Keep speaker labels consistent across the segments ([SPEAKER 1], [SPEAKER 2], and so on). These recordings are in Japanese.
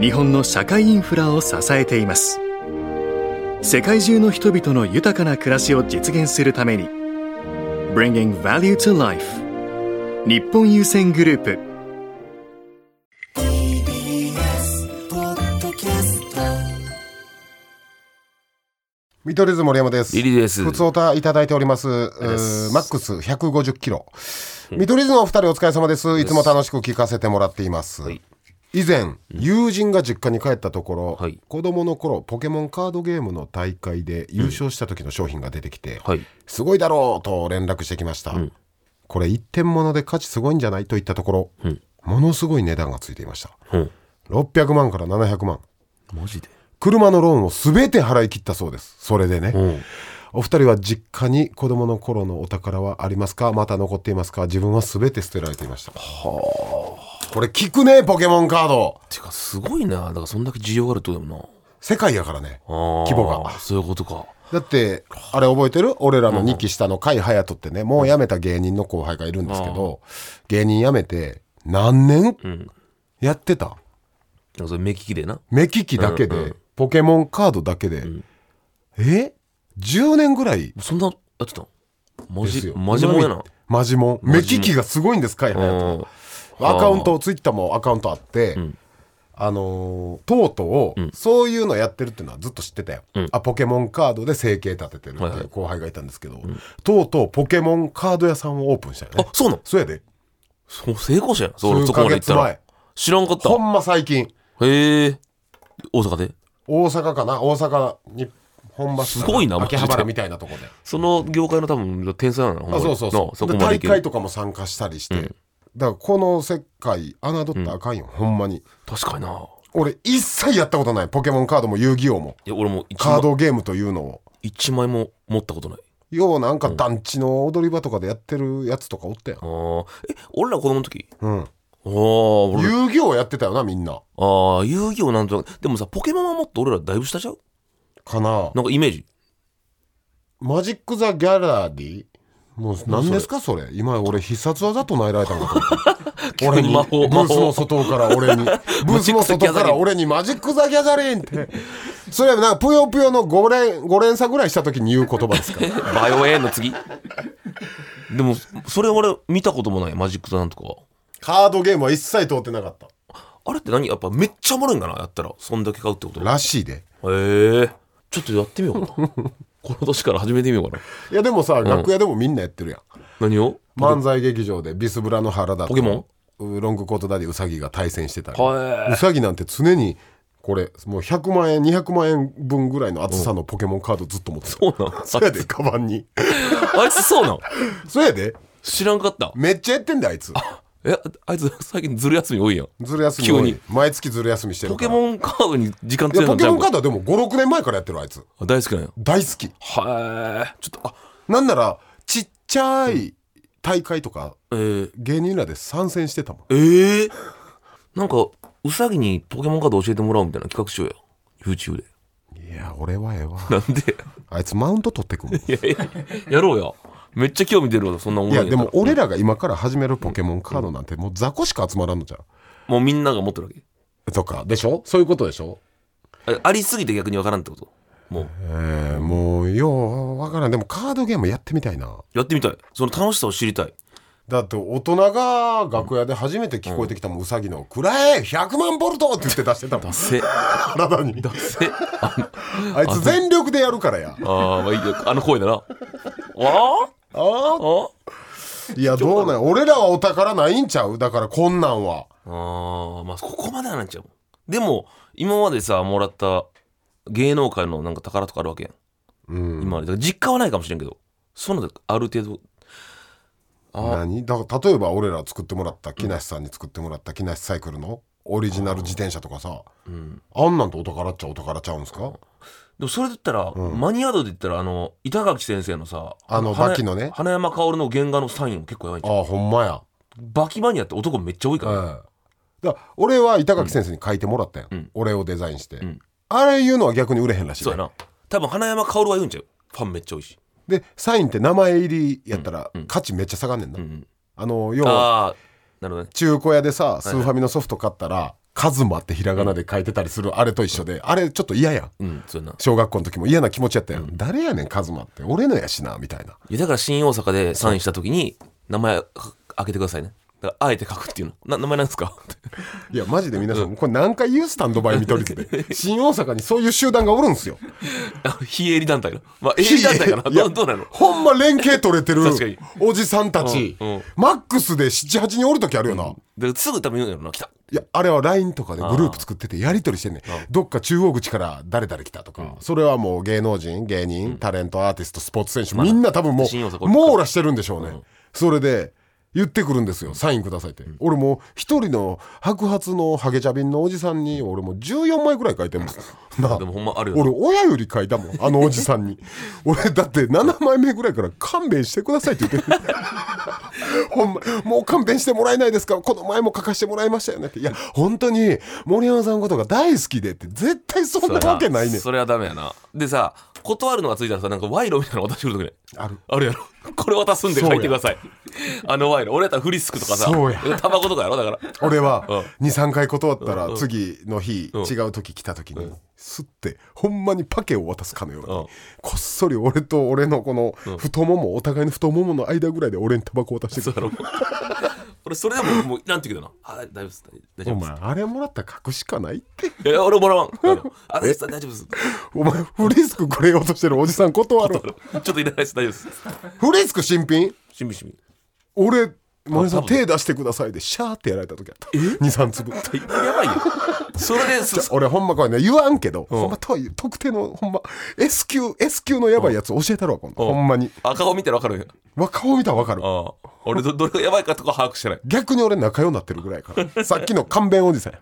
[SPEAKER 1] 日本の社会インフラを支えています世界中の人々の豊かな暮らしを実現するために Bringing Value to Life 日本郵船グループ
[SPEAKER 2] TBS ポッドキャスト
[SPEAKER 3] 見取り図森山です。
[SPEAKER 4] リリーです
[SPEAKER 3] 普通おたいただいております。うーマックス150キロ。見取り図のお二人お疲れ様です。いつも楽しく聞かせてもらっています。
[SPEAKER 4] い
[SPEAKER 3] 以前、友人が実家に帰ったところ、
[SPEAKER 4] はい
[SPEAKER 3] 子供の頃ポケモンカードゲームの大会で優勝した時の商品が出てきて、
[SPEAKER 4] はい
[SPEAKER 3] すごいだろうと連絡してきました、これ一点物で価値すごいんじゃないと言ったところ、ものすごい値段がついていました
[SPEAKER 4] うん
[SPEAKER 3] 600万から700万
[SPEAKER 4] マジで
[SPEAKER 3] 車のローンを全て払い切ったそうですそれでね、お二人は実家に子供の頃のお宝はありますかまた残っていますか自分は全て捨てられていましたこれ聞くねポケモンカード
[SPEAKER 4] てかすごいなだからそんだけ需要があるってことだもんな
[SPEAKER 3] 世界やからね
[SPEAKER 4] あー
[SPEAKER 3] 規模が
[SPEAKER 4] そういうことか
[SPEAKER 3] だってあれ覚えてる俺らの2期下の甲斐隼人ってねもう辞めた芸人の後輩がいるんですけど芸人辞めて何年
[SPEAKER 4] うん
[SPEAKER 3] やってた
[SPEAKER 4] なんかそれ目利きでな
[SPEAKER 3] 目利きだけで、
[SPEAKER 4] うんう
[SPEAKER 3] ポケモンカードだけで、え10年ぐらい
[SPEAKER 4] そんなやってたのマ
[SPEAKER 3] です
[SPEAKER 4] ジ
[SPEAKER 3] よ
[SPEAKER 4] マジもんやな
[SPEAKER 3] マジモン目利きがすごいんです甲斐隼人
[SPEAKER 4] うん
[SPEAKER 3] アカウントツイッターもアカウントあって、あのーとうとう、そういうのやってるっていうのはずっと知ってたよ、あポケモンカードで生計立ててるって
[SPEAKER 4] はい
[SPEAKER 3] い
[SPEAKER 4] は
[SPEAKER 3] う
[SPEAKER 4] い
[SPEAKER 3] 後輩がいたんですけど、とうとうポケモンカード屋さんをオープンしたよね
[SPEAKER 4] あそうなの
[SPEAKER 3] そうやで
[SPEAKER 4] そう成功者やんそう
[SPEAKER 3] 数
[SPEAKER 4] そこ
[SPEAKER 3] ヶ
[SPEAKER 4] まで行っ
[SPEAKER 3] 月
[SPEAKER 4] たら
[SPEAKER 3] 前
[SPEAKER 4] 知らんかった
[SPEAKER 3] ほんま最近
[SPEAKER 4] へえ大阪で
[SPEAKER 3] 大阪かな大阪に本場
[SPEAKER 4] すごいなマジ
[SPEAKER 3] 秋葉
[SPEAKER 4] で
[SPEAKER 3] 原みたいなとこで
[SPEAKER 4] その業界の多分天才なのほんま
[SPEAKER 3] あ
[SPEAKER 4] に
[SPEAKER 3] そうそうそ
[SPEAKER 4] な
[SPEAKER 3] う
[SPEAKER 4] そこ
[SPEAKER 3] で
[SPEAKER 4] まで
[SPEAKER 3] 大
[SPEAKER 4] いけ
[SPEAKER 3] 会
[SPEAKER 4] る
[SPEAKER 3] とかも参加したりして、だからこの世界侮ったらあかんよ、ほんまに
[SPEAKER 4] 確かにな
[SPEAKER 3] 俺一切やったことないポケモンカードも遊戯王も
[SPEAKER 4] いや俺も一
[SPEAKER 3] カー
[SPEAKER 4] 枚
[SPEAKER 3] ドゲームというのを
[SPEAKER 4] 一枚も持ったことない
[SPEAKER 3] ようなんか団地の踊り場とかでやってるやつとかおったやん
[SPEAKER 4] あ、ーえ俺ら子供の時
[SPEAKER 3] うん、
[SPEAKER 4] ああ俺
[SPEAKER 3] 遊戯王やってたよなみんな
[SPEAKER 4] ああ、遊戯王なんとなく。でもさ、ポケモンはもっと俺らだいぶ下ちゃう
[SPEAKER 3] かな
[SPEAKER 4] なんかイメージ。
[SPEAKER 3] マジック・ザ・ギャラリーもう何ですかそれ今俺必殺技唱えられたのかと 思った俺に
[SPEAKER 4] 急に魔法
[SPEAKER 3] ブースの外から俺 にブースの外から俺にマジック・ザ・ギャザリンって それはなんかぷよぷよの5連5連鎖ぐらいした時に言う言葉ですか
[SPEAKER 4] えバイオエーンの次でも、それ俺見たこともない、マジックだなんとかは。
[SPEAKER 3] カードゲームは一切通ってなかった
[SPEAKER 4] あれって何やっぱめっちゃおもろいんかなやったら。そんだけ買うってこと。へ
[SPEAKER 3] らしいで
[SPEAKER 4] え。ちょっとやってみよ うかな。この年から始めてみようか
[SPEAKER 3] いやでもさ楽屋でもみんなやってるやん
[SPEAKER 4] な。何を
[SPEAKER 3] 漫才劇場でビスブラの原田と
[SPEAKER 4] ポケモ
[SPEAKER 3] うロングコートダディウサギが対戦してたり
[SPEAKER 4] は
[SPEAKER 3] ウサギなんて常にこれもう100万円200万円分ぐらいの厚さのポケモンカードずっと持ってた、
[SPEAKER 4] そうなの
[SPEAKER 3] そうやでカバンに
[SPEAKER 4] あいつそうなの
[SPEAKER 3] そうやで
[SPEAKER 4] 知らんかった。
[SPEAKER 3] めっちゃやってんだあいつ
[SPEAKER 4] え、あいつ最近ずる休み多いやん。
[SPEAKER 3] ずる休み多い
[SPEAKER 4] 急に
[SPEAKER 3] 毎月ずる休みしてる
[SPEAKER 4] ポ
[SPEAKER 3] か
[SPEAKER 4] ケ
[SPEAKER 3] ら
[SPEAKER 4] モンカードに時間
[SPEAKER 3] い
[SPEAKER 4] つ
[SPEAKER 3] や
[SPEAKER 4] な
[SPEAKER 3] ポ
[SPEAKER 4] のジ
[SPEAKER 3] ケ
[SPEAKER 4] ャ
[SPEAKER 3] モ
[SPEAKER 4] ン
[SPEAKER 3] ン
[SPEAKER 4] プ
[SPEAKER 3] カードはでも56年前からやってるあいつ
[SPEAKER 4] あ大好きなんや。
[SPEAKER 3] 大好き
[SPEAKER 4] はえ。ちょっと、あ、
[SPEAKER 3] なんならちっちゃい大会とか
[SPEAKER 4] えー、
[SPEAKER 3] 芸人らで参戦してたもん
[SPEAKER 4] ええなんか、うさぎにポケモンカード教えてもらおうみたいな企画しようよ。YouTube で。
[SPEAKER 3] いや俺はええわ
[SPEAKER 4] なんで
[SPEAKER 3] あいつマウント取ってくもん
[SPEAKER 4] いやいや、やろうよ。めっちゃ興味出るわ、そんなもん
[SPEAKER 3] いや
[SPEAKER 4] やった
[SPEAKER 3] で
[SPEAKER 4] ら
[SPEAKER 3] も俺らが今から始めるポケモンカードなんてもう雑魚しか集まらんのじゃん
[SPEAKER 4] もうみんなが持ってるわけ
[SPEAKER 3] とかでしょそういうことでしょ
[SPEAKER 4] あ。ありすぎて逆にわからんってこと。もう、
[SPEAKER 3] えー、もうようわからんでもカードゲームやってみたいな
[SPEAKER 4] やってみたい。その楽しさを知りたい。
[SPEAKER 3] だって大人が楽屋で初めて聞こえてきたもんうさぎの「くらえ100万ボルト!」って言って出してたもん
[SPEAKER 4] せ、
[SPEAKER 3] 体に
[SPEAKER 4] せ、あの、
[SPEAKER 3] あいつ全力でやるからや
[SPEAKER 4] あーまあいいよあの声だな。わ
[SPEAKER 3] あ
[SPEAKER 4] ああ
[SPEAKER 3] ーいやどうなん俺らはお宝ないんちゃうだからこんなんは
[SPEAKER 4] あーまあ、ここまではなんちゃうもん。でも、今までさ、もらった芸能界のなんか宝とかあるわけやん。
[SPEAKER 3] うん
[SPEAKER 4] 今までだから実家はないかもしれんけどそういうのである程度あ
[SPEAKER 3] 何だから例えば俺ら作ってもらった木梨さんに作ってもらった木梨サイクルのオリジナル自転車とかさ
[SPEAKER 4] うん、
[SPEAKER 3] あんなんとお宝っちゃお宝ちゃうんすか
[SPEAKER 4] でもそれだったら、マニア度で言ったらあの板垣先生のさ
[SPEAKER 3] あの
[SPEAKER 4] 花
[SPEAKER 3] バキのね
[SPEAKER 4] 花山薫の原画のサインも結構やばいんちゃう
[SPEAKER 3] ああほんまや
[SPEAKER 4] バキマニアって男めっちゃ多いから、
[SPEAKER 3] ええだから俺は板垣先生に書いてもらったよ、
[SPEAKER 4] うん
[SPEAKER 3] 俺をデザインして、
[SPEAKER 4] ん
[SPEAKER 3] あれいうのは逆に売れへんらしいね
[SPEAKER 4] そうやな多分花山薫は言うんちゃうファンめっちゃ多いし、
[SPEAKER 3] でサインって名前入りやったら
[SPEAKER 4] うんうん
[SPEAKER 3] 価値めっちゃ下がんねんな、
[SPEAKER 4] うん、
[SPEAKER 3] あの要は
[SPEAKER 4] ああなるほどね
[SPEAKER 3] 中古屋でさスーファミのソフト買ったら「カズマ」ってひらがなで書いてたりするあれと一緒であれちょっと嫌やん
[SPEAKER 4] うんそうやな
[SPEAKER 3] 小学校の時も嫌な気持ちやったやん、誰やねんカズマって俺のやしなみたいない
[SPEAKER 4] やだから新大阪でサインした時に名前開けてくださいねだからあえて書くっていうのな名前なんで すか
[SPEAKER 3] いやマジで皆さんこれ何回言うスタンドバイ見取り図 で新大阪にそういう集団がおるんすよ
[SPEAKER 4] あ非営利団体のまあ営利団体かな
[SPEAKER 3] いや
[SPEAKER 4] どうどうなの
[SPEAKER 3] ほんま連携取れてる
[SPEAKER 4] 確かに
[SPEAKER 3] おじさんたち、
[SPEAKER 4] うんうん
[SPEAKER 3] マックスで78人おる時あるよな、
[SPEAKER 4] ですぐ多分言うんやろな来た
[SPEAKER 3] いやあれは LINE とかでグループ作っててやり取りしてんねんどっか中央口から誰々来たとか、それはもう芸能人芸人、タレントアーティストスポーツ選手、みんな多分も
[SPEAKER 4] 新大阪
[SPEAKER 3] う網羅してるんでしょうね、それで言ってくるんですよサインくださいって、俺もう一人の白髪のハゲ茶瓶のおじさんに俺もう14枚ぐらい書いてます、 なあ
[SPEAKER 4] でもほんまあるよな
[SPEAKER 3] 俺親より書いたもんあのおじさん に俺だって7枚目ぐらいから勘弁してくださいって言って るほんまもう勘弁してもらえないですかこの前も書かせてもらいましたよねっていや本当に森山さんのことが大好きでって絶対そんなわけないねん
[SPEAKER 4] それはダメやなでさ断るのがついたらさなんか賄賂みたいなの渡してくるときね
[SPEAKER 3] ある
[SPEAKER 4] あるやろ これ渡すんで書いてくださいあの賄賂俺やったらフリスクとかさ
[SPEAKER 3] そうや
[SPEAKER 4] タバコとかやろだから
[SPEAKER 3] 俺は23回断ったら次の日違う時来た時にすってほんまにパケを渡すかのように
[SPEAKER 4] うん
[SPEAKER 3] こっそり俺と俺のこの太ももお互いの太ももの間ぐらいで俺にタバコ渡して
[SPEAKER 4] そう
[SPEAKER 3] く
[SPEAKER 4] や
[SPEAKER 3] る
[SPEAKER 4] ろ 俺それでももうなんて言うけどなあ大丈夫です大丈
[SPEAKER 3] お
[SPEAKER 4] 夫です
[SPEAKER 3] 前あれもらったら隠しかないって
[SPEAKER 4] いやいや俺もらわんあのあ大丈夫です大丈夫です
[SPEAKER 3] お前フリスクくれようとしてるおじさん断る
[SPEAKER 4] ちょっといらないです大丈夫です
[SPEAKER 3] フリスク新品
[SPEAKER 4] しみしみ
[SPEAKER 3] 俺森さん
[SPEAKER 4] 多分
[SPEAKER 3] 手出してくださいでシャーってやられた時あった23粒
[SPEAKER 4] やばいよそれでそ
[SPEAKER 3] 俺ほんまこれね言わんけど、
[SPEAKER 4] ん
[SPEAKER 3] ほんまとは言う特定のほんま S 級 S 級のやばいやつ教えたろ今度、
[SPEAKER 4] うん
[SPEAKER 3] ほんまに
[SPEAKER 4] 赤を見たらわかるよ
[SPEAKER 3] わ顔見たらわかる
[SPEAKER 4] ああ俺どどれがやばいかとか把握してない
[SPEAKER 3] 逆に俺仲良うなってるぐらいから さっきの勘弁おじさんや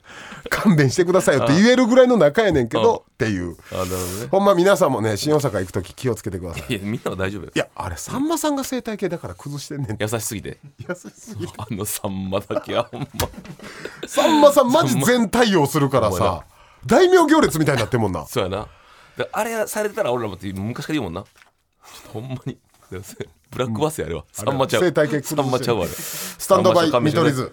[SPEAKER 3] 勘弁してくださいよって言えるぐらいの仲やねんけどっていう
[SPEAKER 4] あなるほどね
[SPEAKER 3] ほんま皆さんもね新大阪行く時気をつけてください
[SPEAKER 4] いやみんなは大丈夫よ
[SPEAKER 3] いやあれさんまさんが生態系だから崩してんねん
[SPEAKER 4] 優しすぎて
[SPEAKER 3] 優しすぎる
[SPEAKER 4] あのさんまだけはほんま
[SPEAKER 3] さんまさんマジ全対応するから
[SPEAKER 4] ほんま
[SPEAKER 3] さ大名行列みたいになってんもんな
[SPEAKER 4] そうやなだあれされてたら俺らもって昔から言うもんなちょっとほんまにだからブラックバスやあれはさんまちゃう
[SPEAKER 3] 生態系崩して
[SPEAKER 4] さ
[SPEAKER 3] る
[SPEAKER 4] んまちゃうわあれ
[SPEAKER 3] スタンドバイ見取り図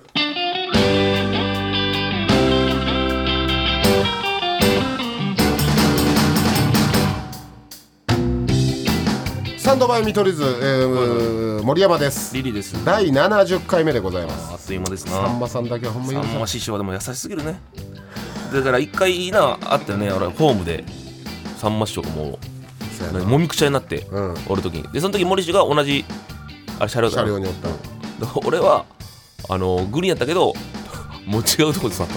[SPEAKER 3] スタンドバイ見取り図、えー森山です
[SPEAKER 4] リリーです
[SPEAKER 3] 第70回目でございます
[SPEAKER 4] あっという間です
[SPEAKER 3] さ
[SPEAKER 4] なん
[SPEAKER 3] まさんだけはほんま
[SPEAKER 4] さ
[SPEAKER 3] 許さ
[SPEAKER 4] ん
[SPEAKER 3] な
[SPEAKER 4] ま
[SPEAKER 3] い
[SPEAKER 4] 師匠はでも優しすぎるねだから一回いいなあったよね俺ホームでさんま師匠がも
[SPEAKER 3] そうや
[SPEAKER 4] う
[SPEAKER 3] な
[SPEAKER 4] もみくちゃになって、
[SPEAKER 3] うん
[SPEAKER 4] 俺の時にでその時森氏が同じあれ車両だ
[SPEAKER 3] 車
[SPEAKER 4] な
[SPEAKER 3] 両におった
[SPEAKER 4] だから俺はあのグリーンやったけど もう違うとこで座った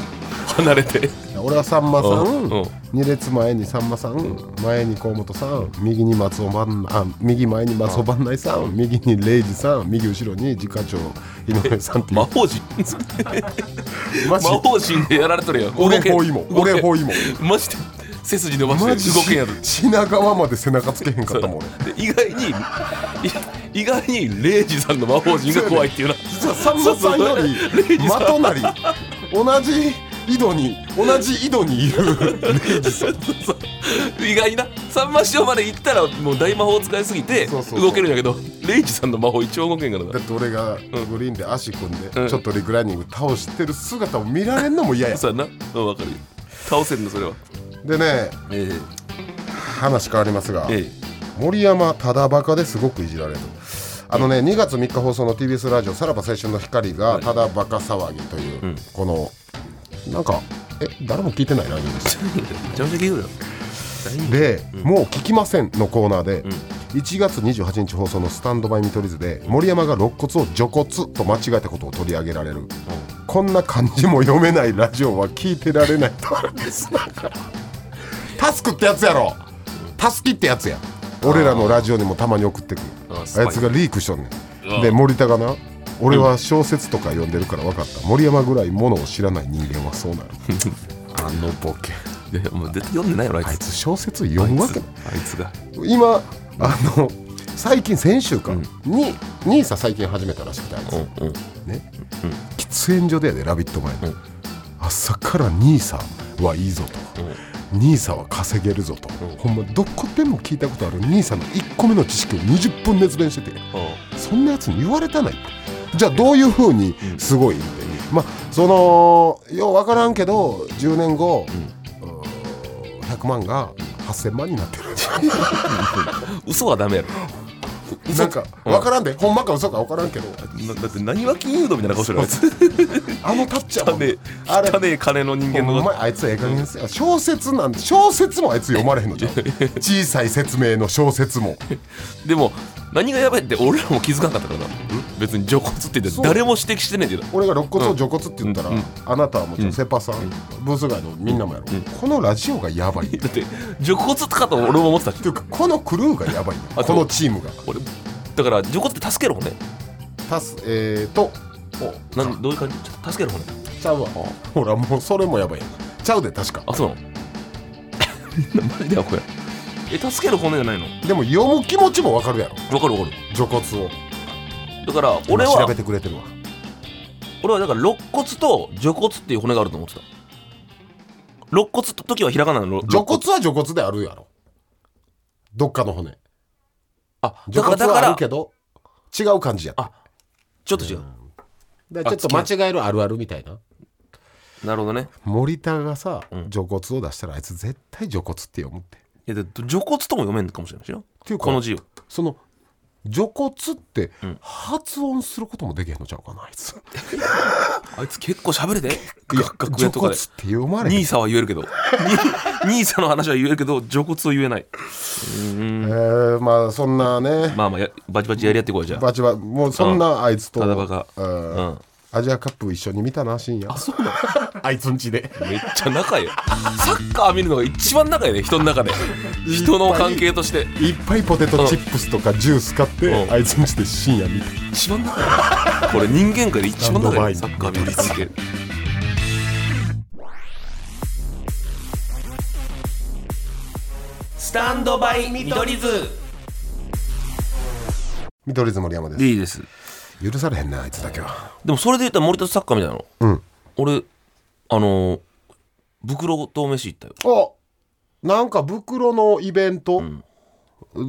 [SPEAKER 4] 離 れて
[SPEAKER 3] 俺はさんまさ
[SPEAKER 4] うん
[SPEAKER 3] ん
[SPEAKER 4] うん
[SPEAKER 3] 二列前にさんまさん前に河本さん右に松尾万あ右前に松尾万内さん右に礼二さん右後ろに次課長井上さんっていう
[SPEAKER 4] 魔法陣
[SPEAKER 3] マジ
[SPEAKER 4] 魔法陣でやられとるやん
[SPEAKER 3] 俺
[SPEAKER 4] 動けん
[SPEAKER 3] 包囲網
[SPEAKER 4] 動けん
[SPEAKER 3] 俺包囲網
[SPEAKER 4] マジで背筋伸ば
[SPEAKER 3] マ
[SPEAKER 4] して
[SPEAKER 3] ジ
[SPEAKER 4] 動けんやつ
[SPEAKER 3] 品川まで背中つけへんかったもん俺
[SPEAKER 4] で意外にい意外にレイジさんの魔法陣が怖いっていうな
[SPEAKER 3] 実はさんまさんよ
[SPEAKER 4] そうそうレイ
[SPEAKER 3] り
[SPEAKER 4] ジさん
[SPEAKER 3] 的なり同じ井戸に同じ井戸にいる 礼二さん
[SPEAKER 4] 意外になさんま師匠まで行ったらもう大魔法使いすぎて
[SPEAKER 3] そうそうそう
[SPEAKER 4] 動けるんやけどレイジさんの魔法一応動けんから
[SPEAKER 3] だ
[SPEAKER 4] な
[SPEAKER 3] って俺がグリーンで足組ん
[SPEAKER 4] う
[SPEAKER 3] で
[SPEAKER 4] ん
[SPEAKER 3] ちょっとリクライニング倒してる姿を見られんのも嫌や
[SPEAKER 4] そうやなうんわかるよ倒せんのそれは
[SPEAKER 3] でね
[SPEAKER 4] え
[SPEAKER 3] 話変わりますが
[SPEAKER 4] ええ
[SPEAKER 3] 森山ただバカですごくいじられるあのね2月3日放送の TBS ラジオ「さらば青春の光」が「ただバカ騒ぎ」という、このなんかえ誰も聞いてないラジオです
[SPEAKER 4] えめちゃめちゃ聞いてるよ
[SPEAKER 3] で、もう聞きません」のコーナーで、1月28日放送の「スタンドバイ見取り図」で森山が肋骨を「除骨」と間違えたことを取り上げられる、こんな漢字も読めないラジオは聞いてられないと タスクってやつやろタスキってやつや俺らのラジオにもたまに送ってくる
[SPEAKER 4] あ
[SPEAKER 3] あ
[SPEAKER 4] ー
[SPEAKER 3] いつがリークしとんねんで森田がな俺は小説とか読んでるから分かった森山ぐらいものを知らない人間はそうなる あのボケ
[SPEAKER 4] いやもう絶対読んでないやろあ
[SPEAKER 3] あ
[SPEAKER 4] い
[SPEAKER 3] い
[SPEAKER 4] つ
[SPEAKER 3] つ小説読むわけ
[SPEAKER 4] あいつが
[SPEAKER 3] 今あの最近先週か、
[SPEAKER 4] うん
[SPEAKER 3] に兄さん最近始めたらしくてあいつ
[SPEAKER 4] うんうん
[SPEAKER 3] ね、
[SPEAKER 4] うん
[SPEAKER 3] 喫煙所でやで「ラビット!」前に、
[SPEAKER 4] うん
[SPEAKER 3] 朝から兄さんはいいぞと、兄さんは稼げるぞと、
[SPEAKER 4] うん
[SPEAKER 3] ほんまどこでも聞いたことある兄さんの1個目の知識を20分熱弁しててそんなやつに言われたないってじゃあどういうふうに
[SPEAKER 4] うん
[SPEAKER 3] すごいって、まあそのよう分からんけど10年後、うーん100万が8000万になってる
[SPEAKER 4] 嘘はダメやろ
[SPEAKER 3] なんか
[SPEAKER 4] うん
[SPEAKER 3] 分からんで、ほんまか嘘か分からんけど
[SPEAKER 4] なだって何は金融道みたいな顔してるやつ
[SPEAKER 3] あのタッチは
[SPEAKER 4] 汚
[SPEAKER 3] もう
[SPEAKER 4] ね
[SPEAKER 3] あれ
[SPEAKER 4] 汚ね金の人間
[SPEAKER 3] ほ
[SPEAKER 4] の
[SPEAKER 3] んまあいつはええ加減ですよ小説なんて小説もあいつ読まれへんの じゃん小さい説明の小説も
[SPEAKER 4] でも何がやばいって俺らも気づかなかったからな別に除骨って言って
[SPEAKER 3] そう
[SPEAKER 4] 誰も指摘してないけど
[SPEAKER 3] 俺が肋骨を除骨って言ったら、
[SPEAKER 4] うん
[SPEAKER 3] あなたはもちろ
[SPEAKER 4] うん
[SPEAKER 3] んセパさん、ブース外のみんなもやろ、
[SPEAKER 4] うん
[SPEAKER 3] このラジオがやばいっ
[SPEAKER 4] だって除骨かと俺も思ってたし。
[SPEAKER 3] ていうかこのクルーがやばいよ
[SPEAKER 4] あ
[SPEAKER 3] このチームが
[SPEAKER 4] 俺だから除骨って助ける方ね
[SPEAKER 3] たすえー、とお
[SPEAKER 4] なんどういう感じちょっと助ける方ね
[SPEAKER 3] ちゃうわほらもうそれもやばいやんちゃうで確か
[SPEAKER 4] あそうな のマジでアホやえ助ける骨じゃないの
[SPEAKER 3] でも読む気持ちもわかるやろ
[SPEAKER 4] わかるわかる
[SPEAKER 3] 除骨を
[SPEAKER 4] だから
[SPEAKER 3] 今
[SPEAKER 4] 俺
[SPEAKER 3] 調
[SPEAKER 4] は
[SPEAKER 3] べてくれてるわ
[SPEAKER 4] 俺はだから肋骨と除骨っていう骨があると思ってた肋骨と時はひらがなの
[SPEAKER 3] 除骨は除骨であるやろどっかの骨
[SPEAKER 4] あだ
[SPEAKER 3] 除
[SPEAKER 4] か
[SPEAKER 3] 骨
[SPEAKER 4] らだ
[SPEAKER 3] は
[SPEAKER 4] か
[SPEAKER 3] ある
[SPEAKER 4] ら
[SPEAKER 3] けど違う感じやった
[SPEAKER 4] あちょっと違う
[SPEAKER 3] だかららちょ
[SPEAKER 4] かちょっ
[SPEAKER 3] っ
[SPEAKER 4] と
[SPEAKER 3] と間違えるあるあるみたいな
[SPEAKER 4] なるほどね
[SPEAKER 3] 森田がさ
[SPEAKER 4] うん
[SPEAKER 3] 除骨を出したらあいつ絶対除骨って読むって
[SPEAKER 4] いやだって除骨とも読めんかもしれないしな
[SPEAKER 3] ていうか
[SPEAKER 4] この字を
[SPEAKER 3] その除骨って
[SPEAKER 4] うん
[SPEAKER 3] 発音することもできへんのちゃうかな あいつ
[SPEAKER 4] あいつ結構喋るで
[SPEAKER 3] いや
[SPEAKER 4] 楽屋
[SPEAKER 3] 除
[SPEAKER 4] とか
[SPEAKER 3] 骨っ
[SPEAKER 4] で
[SPEAKER 3] て読まれへん
[SPEAKER 4] 兄さんは言えるけど 兄さんの話は言えるけど除骨を言えないう
[SPEAKER 3] え
[SPEAKER 4] ーん
[SPEAKER 3] ーまあそんなね
[SPEAKER 4] まあまあやバチバチやり合っていこうよじゃあ
[SPEAKER 3] バチバもうそんなあいつと
[SPEAKER 4] ただバカ
[SPEAKER 3] う
[SPEAKER 4] うんん
[SPEAKER 3] アジアカップ一緒に見たな深夜
[SPEAKER 4] あそ うな
[SPEAKER 3] あいつんちで
[SPEAKER 4] のめっちゃ仲いいサッカー見るのが一番仲いいね人の中で人の関係として
[SPEAKER 3] いっぱいポテトチップスとかジュース買って
[SPEAKER 4] うん
[SPEAKER 3] あいつんちで深夜見た
[SPEAKER 4] 一番仲いいこれ人間界で一番仲いいサッカー見る関係スタンドバイ見取り図
[SPEAKER 3] 見取り図森山で
[SPEAKER 4] でいいです
[SPEAKER 3] す許されへんなあいつだけは
[SPEAKER 4] でもそれで言ったら森田サッカーみたいなの
[SPEAKER 3] うん
[SPEAKER 4] 俺あのー袋と飯行ったよ
[SPEAKER 3] あなんか袋のイベント、
[SPEAKER 4] ん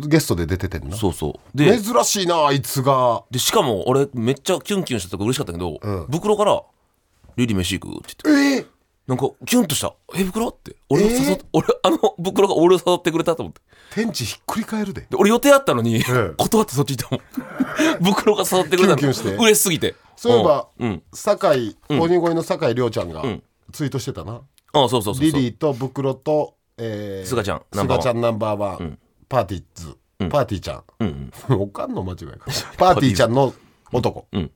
[SPEAKER 3] ゲストで出ててんな
[SPEAKER 4] そうそうで
[SPEAKER 3] 珍しいなあいつが
[SPEAKER 4] でしかも俺めっちゃキュンキュンしたとか嬉しかったけど、
[SPEAKER 3] うん
[SPEAKER 4] 袋から「リリー飯行く?」って言って
[SPEAKER 3] えー、
[SPEAKER 4] なんかキュンとした「え袋?」って俺を誘って、
[SPEAKER 3] えー
[SPEAKER 4] 俺あの袋が俺を誘ってくれたと思って
[SPEAKER 3] 天地ひっくり返るで
[SPEAKER 4] で俺予定あったのに、
[SPEAKER 3] ん
[SPEAKER 4] 断ってそっち行ったもん 袋が誘ってくれたの
[SPEAKER 3] キュンキュンして
[SPEAKER 4] 嬉しすぎて
[SPEAKER 3] そういえば
[SPEAKER 4] うん、うん
[SPEAKER 3] 酒井鬼越の酒井亮ちゃんが
[SPEAKER 4] ん
[SPEAKER 3] ツイートしてたな、
[SPEAKER 4] ああそうそうそうそう
[SPEAKER 3] リリーと袋と、えー、
[SPEAKER 4] すがちゃんナ
[SPEAKER 3] す
[SPEAKER 4] ンバーワン
[SPEAKER 3] がちゃんナンバーワン、
[SPEAKER 4] ん
[SPEAKER 3] パーティーズ、
[SPEAKER 4] ん
[SPEAKER 3] パーティーちゃん
[SPEAKER 4] うんうん
[SPEAKER 3] おかんの間違いかパーティーちゃんの男、
[SPEAKER 4] うん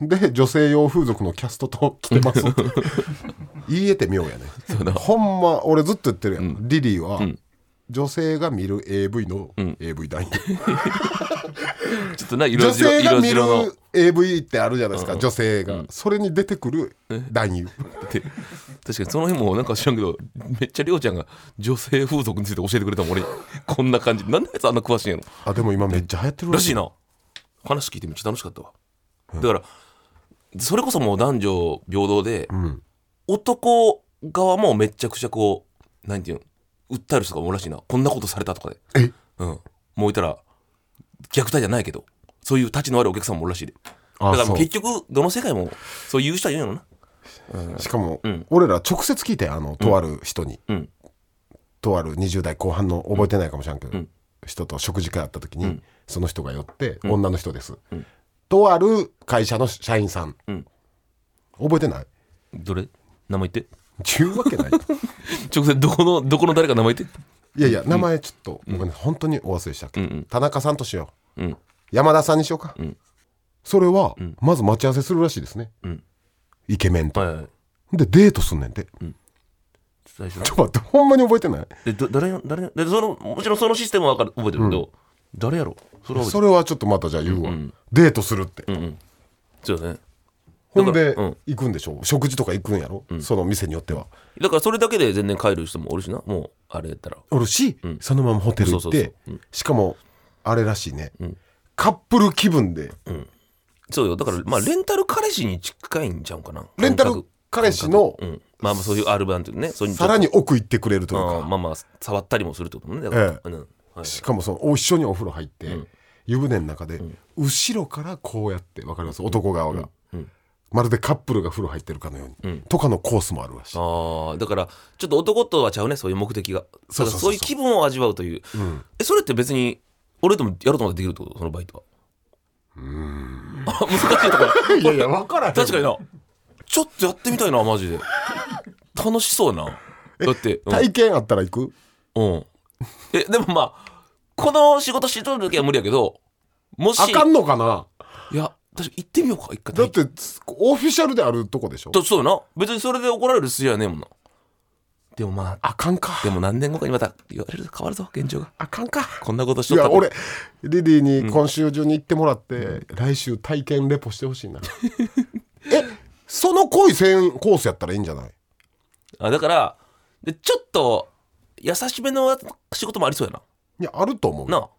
[SPEAKER 3] で女性用風俗のキャストと来てます 言えて妙やねほんま俺ずっと言ってるやん、リリーは、女性が見る AV の AV 男優、
[SPEAKER 4] ちょっとない色
[SPEAKER 3] 女
[SPEAKER 4] 白
[SPEAKER 3] 性が
[SPEAKER 4] 色
[SPEAKER 3] 見る
[SPEAKER 4] 白の
[SPEAKER 3] AV ってあるじゃないですか、女性が、それに出てくる男優
[SPEAKER 4] って確かにその辺もなんか知らんけどめっちゃりょうちゃんが女性風俗について教えてくれたもん俺こんな感じなんであいつあんな詳しいんやろ
[SPEAKER 3] あでも今めっちゃ流行ってる
[SPEAKER 4] らしいな話聞いてめっちゃ楽しかったわ、だからそれこそもう男女平等で、
[SPEAKER 3] ん
[SPEAKER 4] 男側もめっちゃくちゃこうなんていうの訴える人がおるらしいなこんなことされたとかで
[SPEAKER 3] え
[SPEAKER 4] うんもういたら虐待じゃないけどそういう立ちのあるお客さんもおるらしいでだ
[SPEAKER 3] あ
[SPEAKER 4] からも
[SPEAKER 3] そうう
[SPEAKER 4] 結局どの世界もそういう人は言うんやろ
[SPEAKER 3] しかも、
[SPEAKER 4] うん
[SPEAKER 3] 俺ら直接聞いてあのとある人に、
[SPEAKER 4] うん
[SPEAKER 3] とある20代後半の覚えてないかもしれんけど、
[SPEAKER 4] ん
[SPEAKER 3] 人と食事会あった時に、
[SPEAKER 4] ん
[SPEAKER 3] その人が寄って、
[SPEAKER 4] ん
[SPEAKER 3] 女の人です、
[SPEAKER 4] ん
[SPEAKER 3] とある会社の社員さん、
[SPEAKER 4] うん
[SPEAKER 3] 覚えてない
[SPEAKER 4] などれ名前言って
[SPEAKER 3] 言うわ けない
[SPEAKER 4] 直接どこのどこの誰か名前言って
[SPEAKER 3] いやいや名前ちょっと、ごめんね本当にお忘れしたけど、
[SPEAKER 4] うんうん
[SPEAKER 3] 田中さんとしよう
[SPEAKER 4] うん
[SPEAKER 3] 山田さんにしようか、
[SPEAKER 4] ん
[SPEAKER 3] それは、まず待ち合わせするらしいですね、
[SPEAKER 4] うん
[SPEAKER 3] イケメンと、
[SPEAKER 4] はい、はい、
[SPEAKER 3] でデートすんねんて、
[SPEAKER 4] 最初
[SPEAKER 3] ちょっと待ってほんまに覚えてない
[SPEAKER 4] でど誰の誰のでそのもちろんそのシステムはわかる覚えてるけど、誰やろそれは覚えて
[SPEAKER 3] それはちょっとまたじゃあ言うわ、
[SPEAKER 4] うん
[SPEAKER 3] デートするって、
[SPEAKER 4] るうんうんそうだね
[SPEAKER 3] ほんで
[SPEAKER 4] だからうん
[SPEAKER 3] 行くんでしょ、食事とか行くんやろ、
[SPEAKER 4] ん
[SPEAKER 3] その店によっては
[SPEAKER 4] だからそれだけで全然帰る人もおるしなもうあれやったら
[SPEAKER 3] おるし、
[SPEAKER 4] うん
[SPEAKER 3] そのままホテル行って
[SPEAKER 4] そうそうそううん
[SPEAKER 3] しかもあれらしいね、
[SPEAKER 4] ん
[SPEAKER 3] カップル気分で
[SPEAKER 4] そうよだからまあレンタル彼氏に近いんちゃうかな
[SPEAKER 3] レンタ
[SPEAKER 4] 感
[SPEAKER 3] ル
[SPEAKER 4] 覚
[SPEAKER 3] 彼氏の
[SPEAKER 4] うん、まあまあそういうアルバンっていうねそういう
[SPEAKER 3] さらに奥行ってくれると
[SPEAKER 4] う
[SPEAKER 3] いうんか、
[SPEAKER 4] まあまあ触ったりもするってことねだから
[SPEAKER 3] ええ
[SPEAKER 4] うんはい
[SPEAKER 3] しかもそのお一緒にお風呂入って、
[SPEAKER 4] うん
[SPEAKER 3] 湯船の中で、後ろからこうやってわかります男側が、
[SPEAKER 4] うん
[SPEAKER 3] まるでカップルが風呂入ってるかのように、
[SPEAKER 4] うん
[SPEAKER 3] とかのコースもあるらしい、
[SPEAKER 4] ああだからちょっと男とはちゃうねそういう目的が
[SPEAKER 3] そ
[SPEAKER 4] そ
[SPEAKER 3] そうそ
[SPEAKER 4] う
[SPEAKER 3] うそう
[SPEAKER 4] うそういう気分を味わうという
[SPEAKER 3] うん
[SPEAKER 4] えそれって別に俺でもやろうと思ったらできるってことそのバイトはあ難しいとこ ろ
[SPEAKER 3] いやいや分からへん
[SPEAKER 4] 確かになちょっとやってみたいなマジで楽しそうやなだってうん
[SPEAKER 3] 体験あったら行く
[SPEAKER 4] うんえでもまあこの仕事しとる時は無理やけどもし
[SPEAKER 3] あかんのかない
[SPEAKER 4] や確か行ってみようか一回
[SPEAKER 3] だってオフィシャルであるとこでしょ
[SPEAKER 4] とそうやな別にそれで怒られる筋合いはねえもんなでもまあ
[SPEAKER 3] あかんか
[SPEAKER 4] でも何年後かにまた言われると変わるぞ現状が
[SPEAKER 3] あかんか
[SPEAKER 4] こんなことし
[SPEAKER 3] い
[SPEAKER 4] とった
[SPEAKER 3] や
[SPEAKER 4] ら
[SPEAKER 3] 俺リリーに今週中に行ってもらって、来週体験レポしてほしいなえその恋専コースやったらいいんじゃない
[SPEAKER 4] あだからでちょっと優しめの仕事もありそうや
[SPEAKER 3] いやあると思う
[SPEAKER 4] な
[SPEAKER 3] よ
[SPEAKER 4] なあ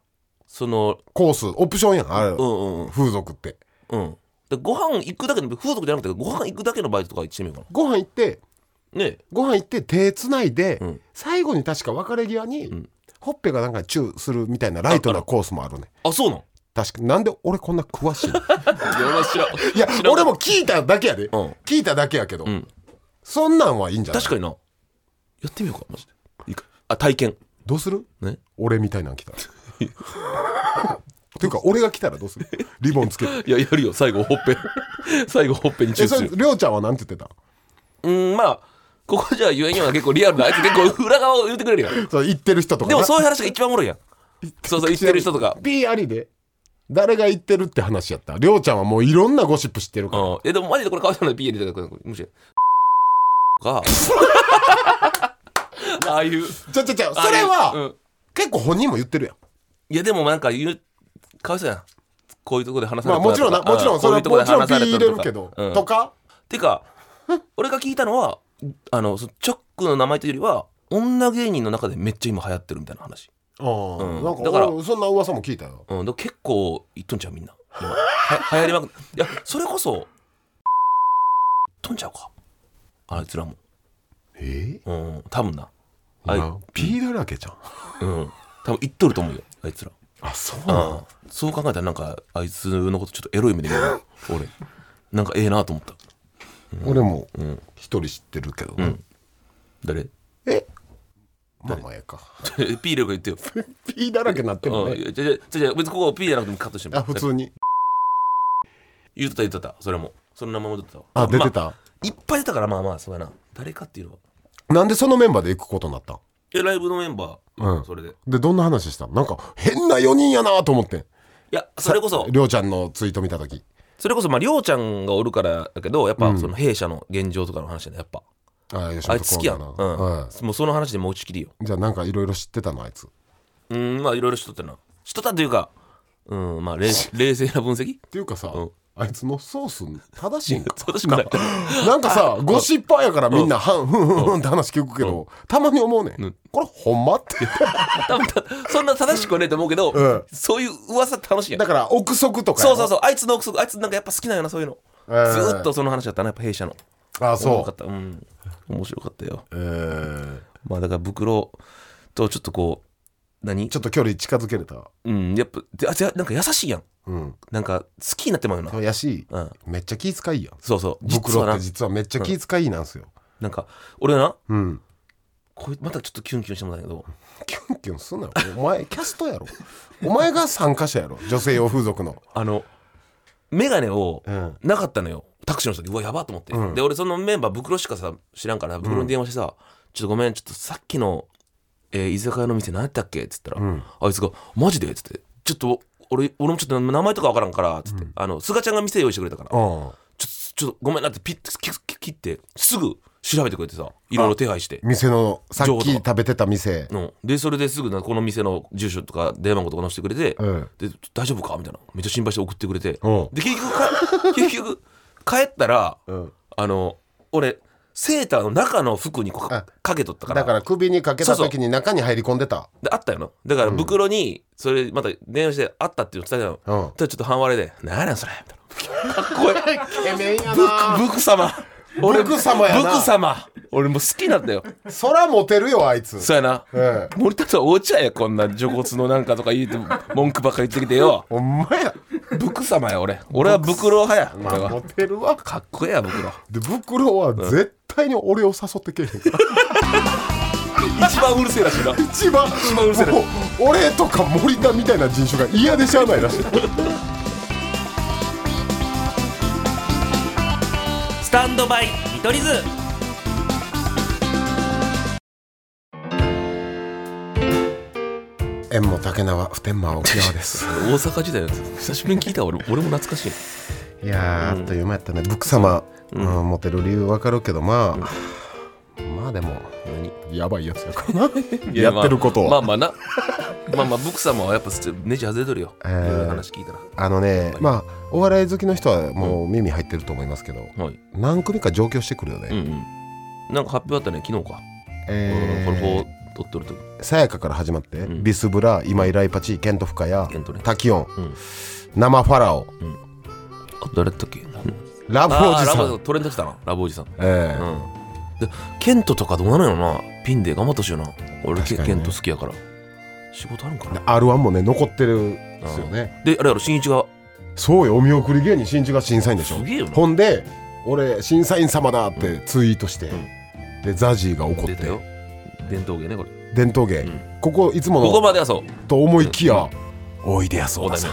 [SPEAKER 4] その
[SPEAKER 3] コースオプションやんあれ、
[SPEAKER 4] うんうん
[SPEAKER 3] 風俗って
[SPEAKER 4] うんでご飯行くだけの風俗じゃなくてご飯行くだけのバイトとか行ってみようか
[SPEAKER 3] ご飯行って
[SPEAKER 4] なね
[SPEAKER 3] ご飯行って手つないで、
[SPEAKER 4] うん
[SPEAKER 3] 最後に確か別れ際に、
[SPEAKER 4] ん
[SPEAKER 3] ほっぺがなんかチューするみたいなライトなコースもあるね
[SPEAKER 4] あそうなん
[SPEAKER 3] 確かなんで俺こんな詳しい の
[SPEAKER 4] いや俺は知らん
[SPEAKER 3] いや
[SPEAKER 4] 知らん
[SPEAKER 3] 俺も聞いただけやで、
[SPEAKER 4] ん
[SPEAKER 3] 聞いただけやけど、
[SPEAKER 4] ん
[SPEAKER 3] そんなんはいいんじゃない
[SPEAKER 4] 確かになやってみようかマジでいいかあ体験
[SPEAKER 3] どうする
[SPEAKER 4] ね
[SPEAKER 3] 俺みたいなの来たら。 というか俺が来たらどうするリボン つけて。
[SPEAKER 4] いややるよ最後ほっぺ 最後ほっぺにチュ
[SPEAKER 3] え
[SPEAKER 4] ー
[SPEAKER 3] そ
[SPEAKER 4] す
[SPEAKER 3] れ
[SPEAKER 4] る
[SPEAKER 3] りょうちゃんはなんて言ってた
[SPEAKER 4] うんまあここじゃ言えんような結構リアルなあいつ結構裏側を言ってくれるやん
[SPEAKER 3] それ言ってる人とか
[SPEAKER 4] でもそうういう話が一番おもろいやんそうそう言ってる人とか
[SPEAKER 3] P ありで誰が言ってるって話やったりょうちゃんはもういろんなゴシップ知ってるから
[SPEAKER 4] うん。え、でもマジでこれかわいそうなの B 入れてたら、むしろ。 か。ああいう。そ
[SPEAKER 3] ちゃちゃちゃそれは
[SPEAKER 4] ん、
[SPEAKER 3] 結構本人も言ってるやん
[SPEAKER 4] いや、でもなんか言う、かわいそうやん。こういうとこで話さ
[SPEAKER 3] ま
[SPEAKER 4] れ
[SPEAKER 3] あ
[SPEAKER 4] た
[SPEAKER 3] もちろんなもちろんそれはもちろん P 入れるけど
[SPEAKER 4] うん、
[SPEAKER 3] とか
[SPEAKER 4] てか、俺が聞いたのは、あの、そのチョックの名前というよりは、女芸人の中でめっちゃ今流行ってるみたいな話。
[SPEAKER 3] ああ
[SPEAKER 4] うん
[SPEAKER 3] なんか
[SPEAKER 4] だから
[SPEAKER 3] 俺そんな噂も聞いたよ
[SPEAKER 4] うん、だから結構言っとんちゃうみんな。今は流行りまくっいや、それこそ、言っとんちゃうか。あいつらも。
[SPEAKER 3] え
[SPEAKER 4] うん、多分な。あい
[SPEAKER 3] あ P だらけじゃん
[SPEAKER 4] うん。多分言っとると思うよ、あいつら。
[SPEAKER 3] あそうな
[SPEAKER 4] うん
[SPEAKER 3] の。
[SPEAKER 4] そう考えたら、なんか、あいつのことちょっとエロい目で見 るな俺。なんかええなと思った。
[SPEAKER 3] 俺も
[SPEAKER 4] うん。
[SPEAKER 3] 一人知ってるけど
[SPEAKER 4] うん。 誰
[SPEAKER 3] えまあまあええか
[SPEAKER 4] ?P 力言ってよ。
[SPEAKER 3] P だらけになっても
[SPEAKER 4] うん。い
[SPEAKER 3] ね
[SPEAKER 4] やじゃじゃじゃじゃ別にここは P じゃなくてもカットしても
[SPEAKER 3] あ普通に
[SPEAKER 4] 言ってた言ってた、それも。その名前も出てたわ
[SPEAKER 3] あ出て。
[SPEAKER 4] ま
[SPEAKER 3] た、
[SPEAKER 4] いっぱい出たから、まあまあ、そうやな。誰かっていうのは。
[SPEAKER 3] なんでそのメンバーで行くことになったん
[SPEAKER 4] え、ライブのメンバ
[SPEAKER 3] うん
[SPEAKER 4] ー、それで。い
[SPEAKER 3] でどんな話したんなんか変な4人やなと思って
[SPEAKER 4] や、それこそ、
[SPEAKER 3] りょうちゃんのツイート見た時
[SPEAKER 4] それこそ、まあ、りょうちゃんがおるからだけど、やっ
[SPEAKER 3] う
[SPEAKER 4] ぱ、
[SPEAKER 3] ん
[SPEAKER 4] その弊社の現状とかの話だね、やっぱ。
[SPEAKER 3] あ吉
[SPEAKER 4] あ
[SPEAKER 3] 本
[SPEAKER 4] いつ好きやん。う
[SPEAKER 3] 興
[SPEAKER 4] ん。
[SPEAKER 3] 業なは
[SPEAKER 4] もうその話でもう打ち切りよ。
[SPEAKER 3] いじゃあなんかいろいろ知ってたのあいつっ
[SPEAKER 4] うんまあいろいろしとったなしとったというかうんまあ 冷冷静な分析
[SPEAKER 3] ていうかさ、
[SPEAKER 4] うん
[SPEAKER 3] あいつのソース正しいんか
[SPEAKER 4] 正しくない
[SPEAKER 3] なんか さゴシッパーやからみんなはんふんふんふんって話聞くけど、たまに思うね、ん
[SPEAKER 4] ん
[SPEAKER 3] これほんまって
[SPEAKER 4] 多分たそんな正しくはねえと思うけど、
[SPEAKER 3] うん
[SPEAKER 4] そういう噂楽しいやん
[SPEAKER 3] だから憶測とか
[SPEAKER 4] そうそうそううあいつの憶測あいつなんかやっぱ好きなんやなそういうの、
[SPEAKER 3] えー
[SPEAKER 4] ずーっとその話だったなやっぱ弊社の
[SPEAKER 3] あ
[SPEAKER 4] 面白か
[SPEAKER 3] そ
[SPEAKER 4] っ
[SPEAKER 3] う
[SPEAKER 4] たうん面白かったよ
[SPEAKER 3] えー
[SPEAKER 4] まあだから袋とちょっとこう何
[SPEAKER 3] ちょっと距離近づけれた
[SPEAKER 4] うんやっぱであじゃなんか優しいやん
[SPEAKER 3] うん
[SPEAKER 4] なんか好きになってまうよな
[SPEAKER 3] そうやし、
[SPEAKER 4] うん
[SPEAKER 3] めっちゃ気遣いやん
[SPEAKER 4] そうそう実
[SPEAKER 3] 袋
[SPEAKER 4] は
[SPEAKER 3] っ
[SPEAKER 4] な
[SPEAKER 3] て実はめっちゃ気遣いなんすよ、
[SPEAKER 4] なんか俺はな
[SPEAKER 3] うん、
[SPEAKER 4] こいまたちょっとキュンキュンしてもらったんだけど
[SPEAKER 3] キュンキュンすんなよお前キャストやろお前が参加者やろ女性用風俗の
[SPEAKER 4] あの眼鏡を
[SPEAKER 3] うん
[SPEAKER 4] なかったのよタクシーの人でうわやばと思って、
[SPEAKER 3] うん
[SPEAKER 4] で俺そのメンバー袋しかさ知らんから袋に電話してさ、ちょっとごめんちょっとさっきの、えー居酒屋の店何やったっけ?」っつったら、
[SPEAKER 3] うん
[SPEAKER 4] あいつが「マジで?」っつって「ちょっと俺俺もちょっと名前とかわからんから」っつって、あの菅ちゃんが店用意してくれたから「
[SPEAKER 3] うん
[SPEAKER 4] ちょちょっとごめんな」ってピッてきき切ってすぐ調べてくれてさいろいろ手配して
[SPEAKER 3] 店のさっ
[SPEAKER 4] 上手
[SPEAKER 3] き
[SPEAKER 4] だ
[SPEAKER 3] 食べてた店
[SPEAKER 4] うん、でそれですぐなこの店の住所とか電話番号とか載せてくれて、
[SPEAKER 3] うん
[SPEAKER 4] で大丈夫かみたいなめっちゃ心配して送ってくれて、
[SPEAKER 3] うん
[SPEAKER 4] で結局か結局帰ったら、
[SPEAKER 3] ん
[SPEAKER 4] あの俺セーターの中の服にこうか
[SPEAKER 3] あ
[SPEAKER 4] かけとったから
[SPEAKER 3] だから首にかけた
[SPEAKER 4] そう
[SPEAKER 3] 時に中に入り込んでた
[SPEAKER 4] であったよなだから袋にそれまた電話してあったって言ってたじゃん、ただちょっと半割れで「何やねんそれ」みたいなかっこいい
[SPEAKER 3] イケメンや
[SPEAKER 4] ブク様俺
[SPEAKER 3] ブク 様やな
[SPEAKER 4] ブク様俺もう好きなんだよ
[SPEAKER 3] そらモテるよあいつ
[SPEAKER 4] そうやな、
[SPEAKER 3] え
[SPEAKER 4] 森田さんお茶やこんな除骨のなんかとか言うて文句ばっかり言ってきてよ
[SPEAKER 3] ほんまや
[SPEAKER 4] ブク様や俺俺はブクロ派や
[SPEAKER 3] ま
[SPEAKER 4] 俺
[SPEAKER 3] あモ
[SPEAKER 4] は
[SPEAKER 3] テるわ
[SPEAKER 4] かっこええやブクロ
[SPEAKER 3] で袋は絶対に俺を誘ってけえへんから
[SPEAKER 4] 一番うるせえらしいな
[SPEAKER 3] 一番
[SPEAKER 4] うるせえな
[SPEAKER 3] もう俺とか森田みたいな人種が嫌でしゃあないらしい
[SPEAKER 5] スタンドバイ見取り図
[SPEAKER 3] 縁も竹縄普天間沖縄です
[SPEAKER 4] 大阪時代のやつ久しぶりに聞いたわ俺俺も懐かしい
[SPEAKER 3] いやーあっという間やったねブク様、うんモテる理由わかるけどまあ、まあでもやばいやつやからな
[SPEAKER 4] い
[SPEAKER 3] やってることは、
[SPEAKER 4] まあまあまあな まあまあブク様はやっぱネジ外れとるよ、
[SPEAKER 3] えー
[SPEAKER 4] いろいろ話聞いたら
[SPEAKER 3] あのねまあお笑い好きの人はもう耳入ってると思いますけど、
[SPEAKER 4] はい
[SPEAKER 3] 何組か上京してくるよね、
[SPEAKER 4] うんうんなんか発表あったね昨日か、
[SPEAKER 3] え
[SPEAKER 4] この
[SPEAKER 3] ー
[SPEAKER 4] こう撮っとる時
[SPEAKER 3] さやかから始まって、
[SPEAKER 4] ん
[SPEAKER 3] ビスブラ今井ライパチケントフカヤ
[SPEAKER 4] ケントね
[SPEAKER 3] タキオン、
[SPEAKER 4] うん
[SPEAKER 3] 生ファラオ
[SPEAKER 4] あ誰だったっけ
[SPEAKER 3] ラブおじ
[SPEAKER 4] あーラ
[SPEAKER 3] さ
[SPEAKER 4] ボ
[SPEAKER 3] ん
[SPEAKER 4] トレンド来たなラブおじさん
[SPEAKER 3] ええ
[SPEAKER 4] うんでケントとかどうなのよなピンで頑張ってほしいよな俺、
[SPEAKER 3] 確
[SPEAKER 4] ケ
[SPEAKER 3] かにね
[SPEAKER 4] ケント好きやから仕事あるんかな
[SPEAKER 3] R1 もね残ってるんですよね
[SPEAKER 4] であれやろ新一が
[SPEAKER 3] そうよお見送り芸人新一が審査員でしょ
[SPEAKER 4] すげえよな
[SPEAKER 3] ほんで俺審査員様だってツイートして、でザジーが怒っ
[SPEAKER 4] 出た
[SPEAKER 3] て
[SPEAKER 4] よ伝統芸ねこれ
[SPEAKER 3] 伝統芸、ここいつも
[SPEAKER 4] ここ
[SPEAKER 3] の
[SPEAKER 4] まではそう
[SPEAKER 3] と思いきや、おいでやそうださん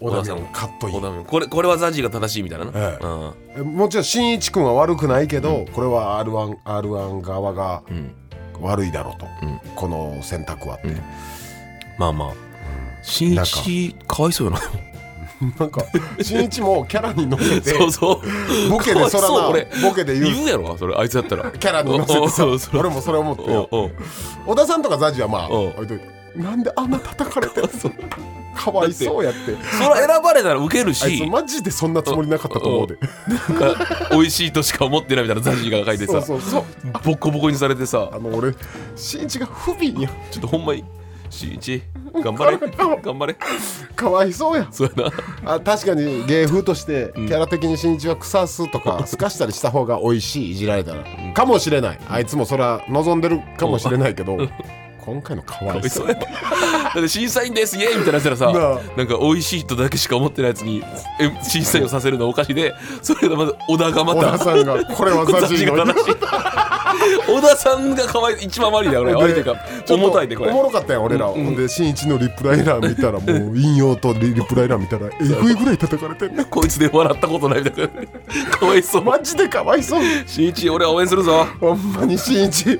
[SPEAKER 4] 小
[SPEAKER 3] 小
[SPEAKER 4] 田
[SPEAKER 3] 田
[SPEAKER 4] さん
[SPEAKER 3] さんカットイ
[SPEAKER 4] 小
[SPEAKER 3] ン
[SPEAKER 4] 田君これこれはザジーが正しいみたいなな、
[SPEAKER 3] ええ
[SPEAKER 4] うん
[SPEAKER 3] えもちろん新一君は悪くないけど、これは R1, R1 側が
[SPEAKER 4] ん
[SPEAKER 3] 悪いだろうと、
[SPEAKER 4] うん
[SPEAKER 3] この選択はって、
[SPEAKER 4] まあまあ新
[SPEAKER 3] なん
[SPEAKER 4] 一かわいそうよな
[SPEAKER 3] なんか新一もキャラに乗せて
[SPEAKER 4] そうそう
[SPEAKER 3] ボケ
[SPEAKER 4] かわ
[SPEAKER 3] で
[SPEAKER 4] いそ
[SPEAKER 3] そうらな
[SPEAKER 4] 俺
[SPEAKER 3] ボケで言う
[SPEAKER 4] 言うやろそれあいつだったら
[SPEAKER 3] キャラに乗せてさ
[SPEAKER 4] おうおうそう
[SPEAKER 3] 俺もそれ思って
[SPEAKER 4] おう
[SPEAKER 3] よ
[SPEAKER 4] おう
[SPEAKER 3] 小田さんとかザジはまあ
[SPEAKER 4] おう
[SPEAKER 3] 置いといてなんであんな叩かれ てるかわいそうやって
[SPEAKER 4] それは選ばれたらウケる
[SPEAKER 3] あいつ
[SPEAKER 4] し
[SPEAKER 3] マジでそんなつもりなかったと思うで
[SPEAKER 4] なんか 美味しいとしか思ってないみたいなザジーが書いて
[SPEAKER 3] そ
[SPEAKER 4] さ
[SPEAKER 3] うそうそう
[SPEAKER 4] ボッコボコにされてさ
[SPEAKER 3] あの俺新一が不憫や
[SPEAKER 4] ちょっとほんまに新一頑張れ頑張れ
[SPEAKER 3] かわいそうや
[SPEAKER 4] そうやな
[SPEAKER 3] あ確かに芸風としてキャラ的に新一は腐すと かすかしたりした方が美味しいいじられたらかもしれないあいつもそれは望んでるかもしれないけど今回のかわ
[SPEAKER 4] おい
[SPEAKER 3] いそ
[SPEAKER 4] そううやだって審査員ですイエーイみたいなやつらさ
[SPEAKER 3] な
[SPEAKER 4] なんか美味しい人だけしか思ってないやつにえ審査員をさせるのはおかしいでそれがまず小田がま
[SPEAKER 3] 小田
[SPEAKER 4] た
[SPEAKER 3] さんがこれは
[SPEAKER 4] 小田
[SPEAKER 3] ザ
[SPEAKER 4] さん
[SPEAKER 3] ジ
[SPEAKER 4] が
[SPEAKER 3] の
[SPEAKER 4] 正しい 小田さんがかわい一番悪いだよ俺悪いというか
[SPEAKER 3] ちょっと
[SPEAKER 4] 重たいでこれ
[SPEAKER 3] おもろかったよ俺ら、ほんで新一のリプライラー見た らもう引用とリリプライラー見たらえぐいぐらい叩かれて んね
[SPEAKER 4] こいつで笑ったことないみたいなかわいそう
[SPEAKER 3] マジでかわいそう
[SPEAKER 4] 新一俺は応援するぞ
[SPEAKER 3] ほんまに新一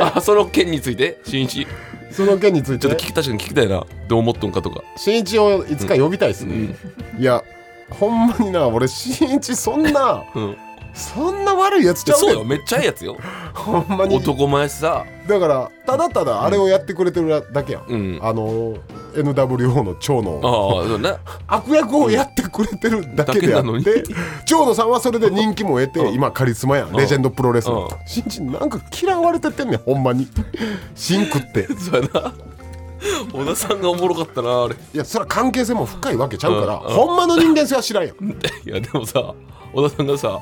[SPEAKER 4] あその件について新一
[SPEAKER 3] その件につい
[SPEAKER 4] ちょ
[SPEAKER 3] て
[SPEAKER 4] っと聞き確かに聞きたいなどう思っとんかとか
[SPEAKER 3] 新一をいつか呼びたいですね、いやほんまにな俺新一そんな
[SPEAKER 4] うん
[SPEAKER 3] そんな悪いやつちゃう
[SPEAKER 4] そう
[SPEAKER 3] ね
[SPEAKER 4] よ
[SPEAKER 3] ん
[SPEAKER 4] めっちゃええやつよ
[SPEAKER 3] ほんまに
[SPEAKER 4] 男前さ
[SPEAKER 3] だからただただあれをやってくれてるだけやん、
[SPEAKER 4] うん
[SPEAKER 3] あの NWO の長野
[SPEAKER 4] ああそうね
[SPEAKER 3] 悪役をやってくれてるだけであ
[SPEAKER 4] だけなの
[SPEAKER 3] っ
[SPEAKER 4] に
[SPEAKER 3] て長野さんはそれで人気も得て今カリスマやんレジェンドプロレスの
[SPEAKER 4] うん
[SPEAKER 3] 新人なんか嫌われてってんねんほんまに新クって
[SPEAKER 4] そうやな小田さんがおもろかったなあれ
[SPEAKER 3] いやそれは関係性も深いわけちゃうから
[SPEAKER 4] うんうん
[SPEAKER 3] ほんまの人間性は知らんやん
[SPEAKER 4] いやでもさ小田さんがさ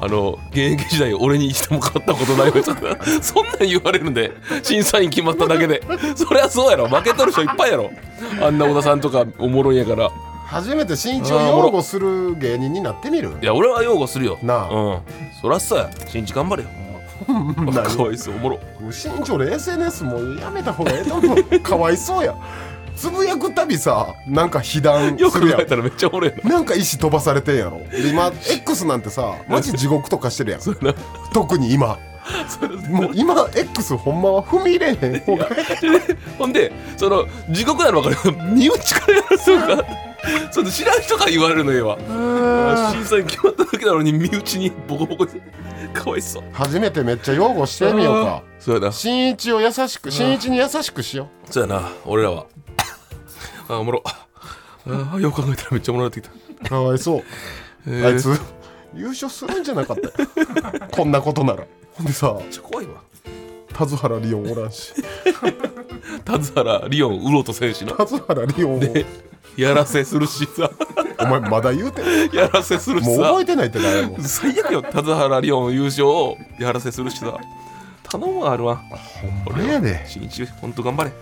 [SPEAKER 4] あの現役時代俺に一度も勝ったことないわけさ そんなん言われるんで審査員決まっただけでそりゃそうやろ負けとる人いっぱいやろあんな小田さんとかおもろいんやから
[SPEAKER 3] 初めて新一を擁護する芸人になってみる
[SPEAKER 4] いや俺は擁護するよ
[SPEAKER 3] なあ
[SPEAKER 4] うんそりゃそうや新一頑張れよ かわいそうおもろ
[SPEAKER 3] もう新庄俺 SNS もうやめた方がええと思うかわいそうやつぶやくたびさなんか被弾
[SPEAKER 4] よ
[SPEAKER 3] す
[SPEAKER 4] く
[SPEAKER 3] る
[SPEAKER 4] 考
[SPEAKER 3] や
[SPEAKER 4] えた
[SPEAKER 3] ん
[SPEAKER 4] らめっちゃおもろいな
[SPEAKER 3] なんか石飛ばされてんやろで今 X なんてさマジ地獄とかしてるやん
[SPEAKER 4] な
[SPEAKER 3] 特に今もう今 X ほんまは踏み入れへん方が
[SPEAKER 4] ほんでその地獄なの分かる身内からやらせるから その知らん人から言われるのよ審査員決まっただけなのに身内にボコボコにかわいそう
[SPEAKER 3] 初めてめっちゃ擁護してみようか
[SPEAKER 4] そうやな
[SPEAKER 3] 新一を優しく新一に優しくしよ
[SPEAKER 4] そうやな俺らはあおもろあーよく考えたらめっちゃおもろなってきた
[SPEAKER 3] うかわいそう、
[SPEAKER 4] ー
[SPEAKER 3] あいつ優勝するんじゃなかったよ こんなことならほんでさ
[SPEAKER 4] めっちゃ怖いわ
[SPEAKER 3] 田津原リオンおらんし
[SPEAKER 4] 田津原リオンウロト選手の
[SPEAKER 3] 田津原リオンを
[SPEAKER 4] やらせするしさ
[SPEAKER 3] お前まだ言うてん
[SPEAKER 4] やらせするし
[SPEAKER 3] もう
[SPEAKER 4] さ
[SPEAKER 3] 覚えてないって誰も
[SPEAKER 4] 最悪よ田津原リオン優勝をやらせするしさ頼むわあるわ
[SPEAKER 3] ほんまやで
[SPEAKER 4] 新一本当頑張れ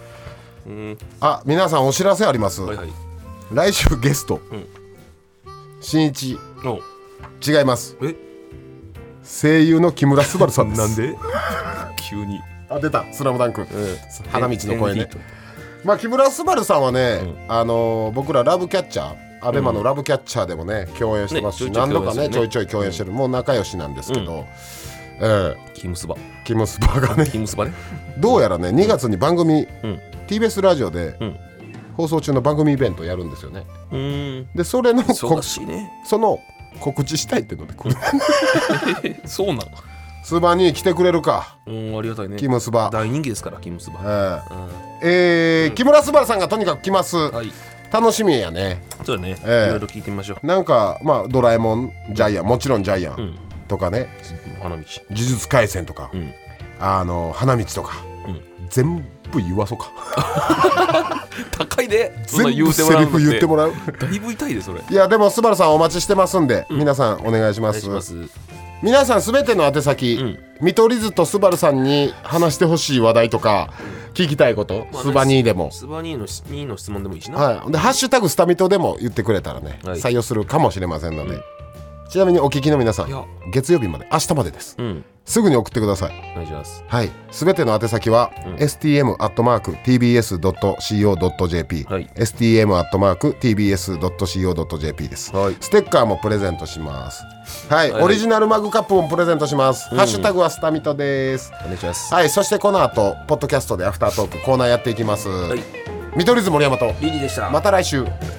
[SPEAKER 4] うん
[SPEAKER 3] あ皆さんお知らせあります、
[SPEAKER 4] はいはい
[SPEAKER 3] 来週ゲスト、
[SPEAKER 4] ん
[SPEAKER 3] 新一
[SPEAKER 4] おう
[SPEAKER 3] 違います
[SPEAKER 4] え
[SPEAKER 3] 声優の木村昴さんです
[SPEAKER 4] なんで急に
[SPEAKER 3] あ出た「スラムダンク、花道の声
[SPEAKER 4] え
[SPEAKER 3] ねまあ木村昴さんはね、あのー僕らラブキャッチャーアベマのラブキャッチャーでもね共演してますし、
[SPEAKER 4] ねちょい
[SPEAKER 3] 何
[SPEAKER 4] ちょ
[SPEAKER 3] 度
[SPEAKER 4] い
[SPEAKER 3] かねちょいちょい共演してる、もう仲良しなんですけど、ええ
[SPEAKER 4] キムスバ
[SPEAKER 3] キムスバがね
[SPEAKER 4] キムスバね
[SPEAKER 3] どうやらね2月に番組、
[SPEAKER 4] ん
[SPEAKER 3] TBS ラジオで、
[SPEAKER 4] ん
[SPEAKER 3] 放送中の番組イベントやるんですよね
[SPEAKER 4] うーん
[SPEAKER 3] でそれのこ
[SPEAKER 4] 忙しいね
[SPEAKER 3] その告知したいってので来る
[SPEAKER 4] そうなの
[SPEAKER 3] スーパーに来てくれるか
[SPEAKER 4] うんありがたいね
[SPEAKER 3] キムスバ、
[SPEAKER 4] 大人気ですからキムスバ
[SPEAKER 3] えええー木村昴さんがとにかく来ます、
[SPEAKER 4] はい
[SPEAKER 3] 楽しみやね
[SPEAKER 4] そうだねい
[SPEAKER 3] ええ
[SPEAKER 4] ろいろ聞いてみましょう
[SPEAKER 3] なんかまあドラえもんジャイアンもちろんジャイアン、
[SPEAKER 4] ん
[SPEAKER 3] とかね
[SPEAKER 4] 花
[SPEAKER 3] 呪
[SPEAKER 4] 道
[SPEAKER 3] 術廻戦とか、
[SPEAKER 4] ん
[SPEAKER 3] あの花道とか、全部言わそうか
[SPEAKER 4] 高いでそんな
[SPEAKER 3] 全
[SPEAKER 4] 言
[SPEAKER 3] 部
[SPEAKER 4] うて
[SPEAKER 3] セ
[SPEAKER 4] もら
[SPEAKER 3] リ
[SPEAKER 4] う
[SPEAKER 3] フ
[SPEAKER 4] の
[SPEAKER 3] 言ってもらう
[SPEAKER 4] だいぶ痛いでそれお
[SPEAKER 3] いやでも昴さんお待ちしてますんで、皆さんお願いしま
[SPEAKER 4] 願い
[SPEAKER 3] す
[SPEAKER 4] します
[SPEAKER 3] 皆さんすべての宛先、見取り図と昴さんに話してほしい話題とか聞きたいこと、
[SPEAKER 4] まあ
[SPEAKER 3] スバニーでも
[SPEAKER 4] スバニーのしニーの質問でもいいしな
[SPEAKER 3] はい、でハッシュタグスタミトでも言ってくれたらね、
[SPEAKER 4] はい
[SPEAKER 3] 採用するかもしれませんので、ちなみにお聞きの皆さ
[SPEAKER 4] いや
[SPEAKER 3] ん月曜日まで明日までです、
[SPEAKER 4] うん
[SPEAKER 3] すぐに送ってください
[SPEAKER 4] お願いします
[SPEAKER 3] はいすべての宛先は、stm.tbs.co.jp、
[SPEAKER 4] はい
[SPEAKER 3] stm.tbs.co.jp です、
[SPEAKER 4] はい
[SPEAKER 3] ステッカーもプレゼントしますはい、
[SPEAKER 4] はい
[SPEAKER 3] オリジナルマグカップもプレゼントします、ハッシュタグはスタミトです
[SPEAKER 4] お願いします
[SPEAKER 3] はいそしてこの後ポッドキャストでアフタートークコーナーやっていきます、
[SPEAKER 4] い
[SPEAKER 3] 見取り図森山と
[SPEAKER 4] リリーでした
[SPEAKER 3] また来週
[SPEAKER 4] バイバイ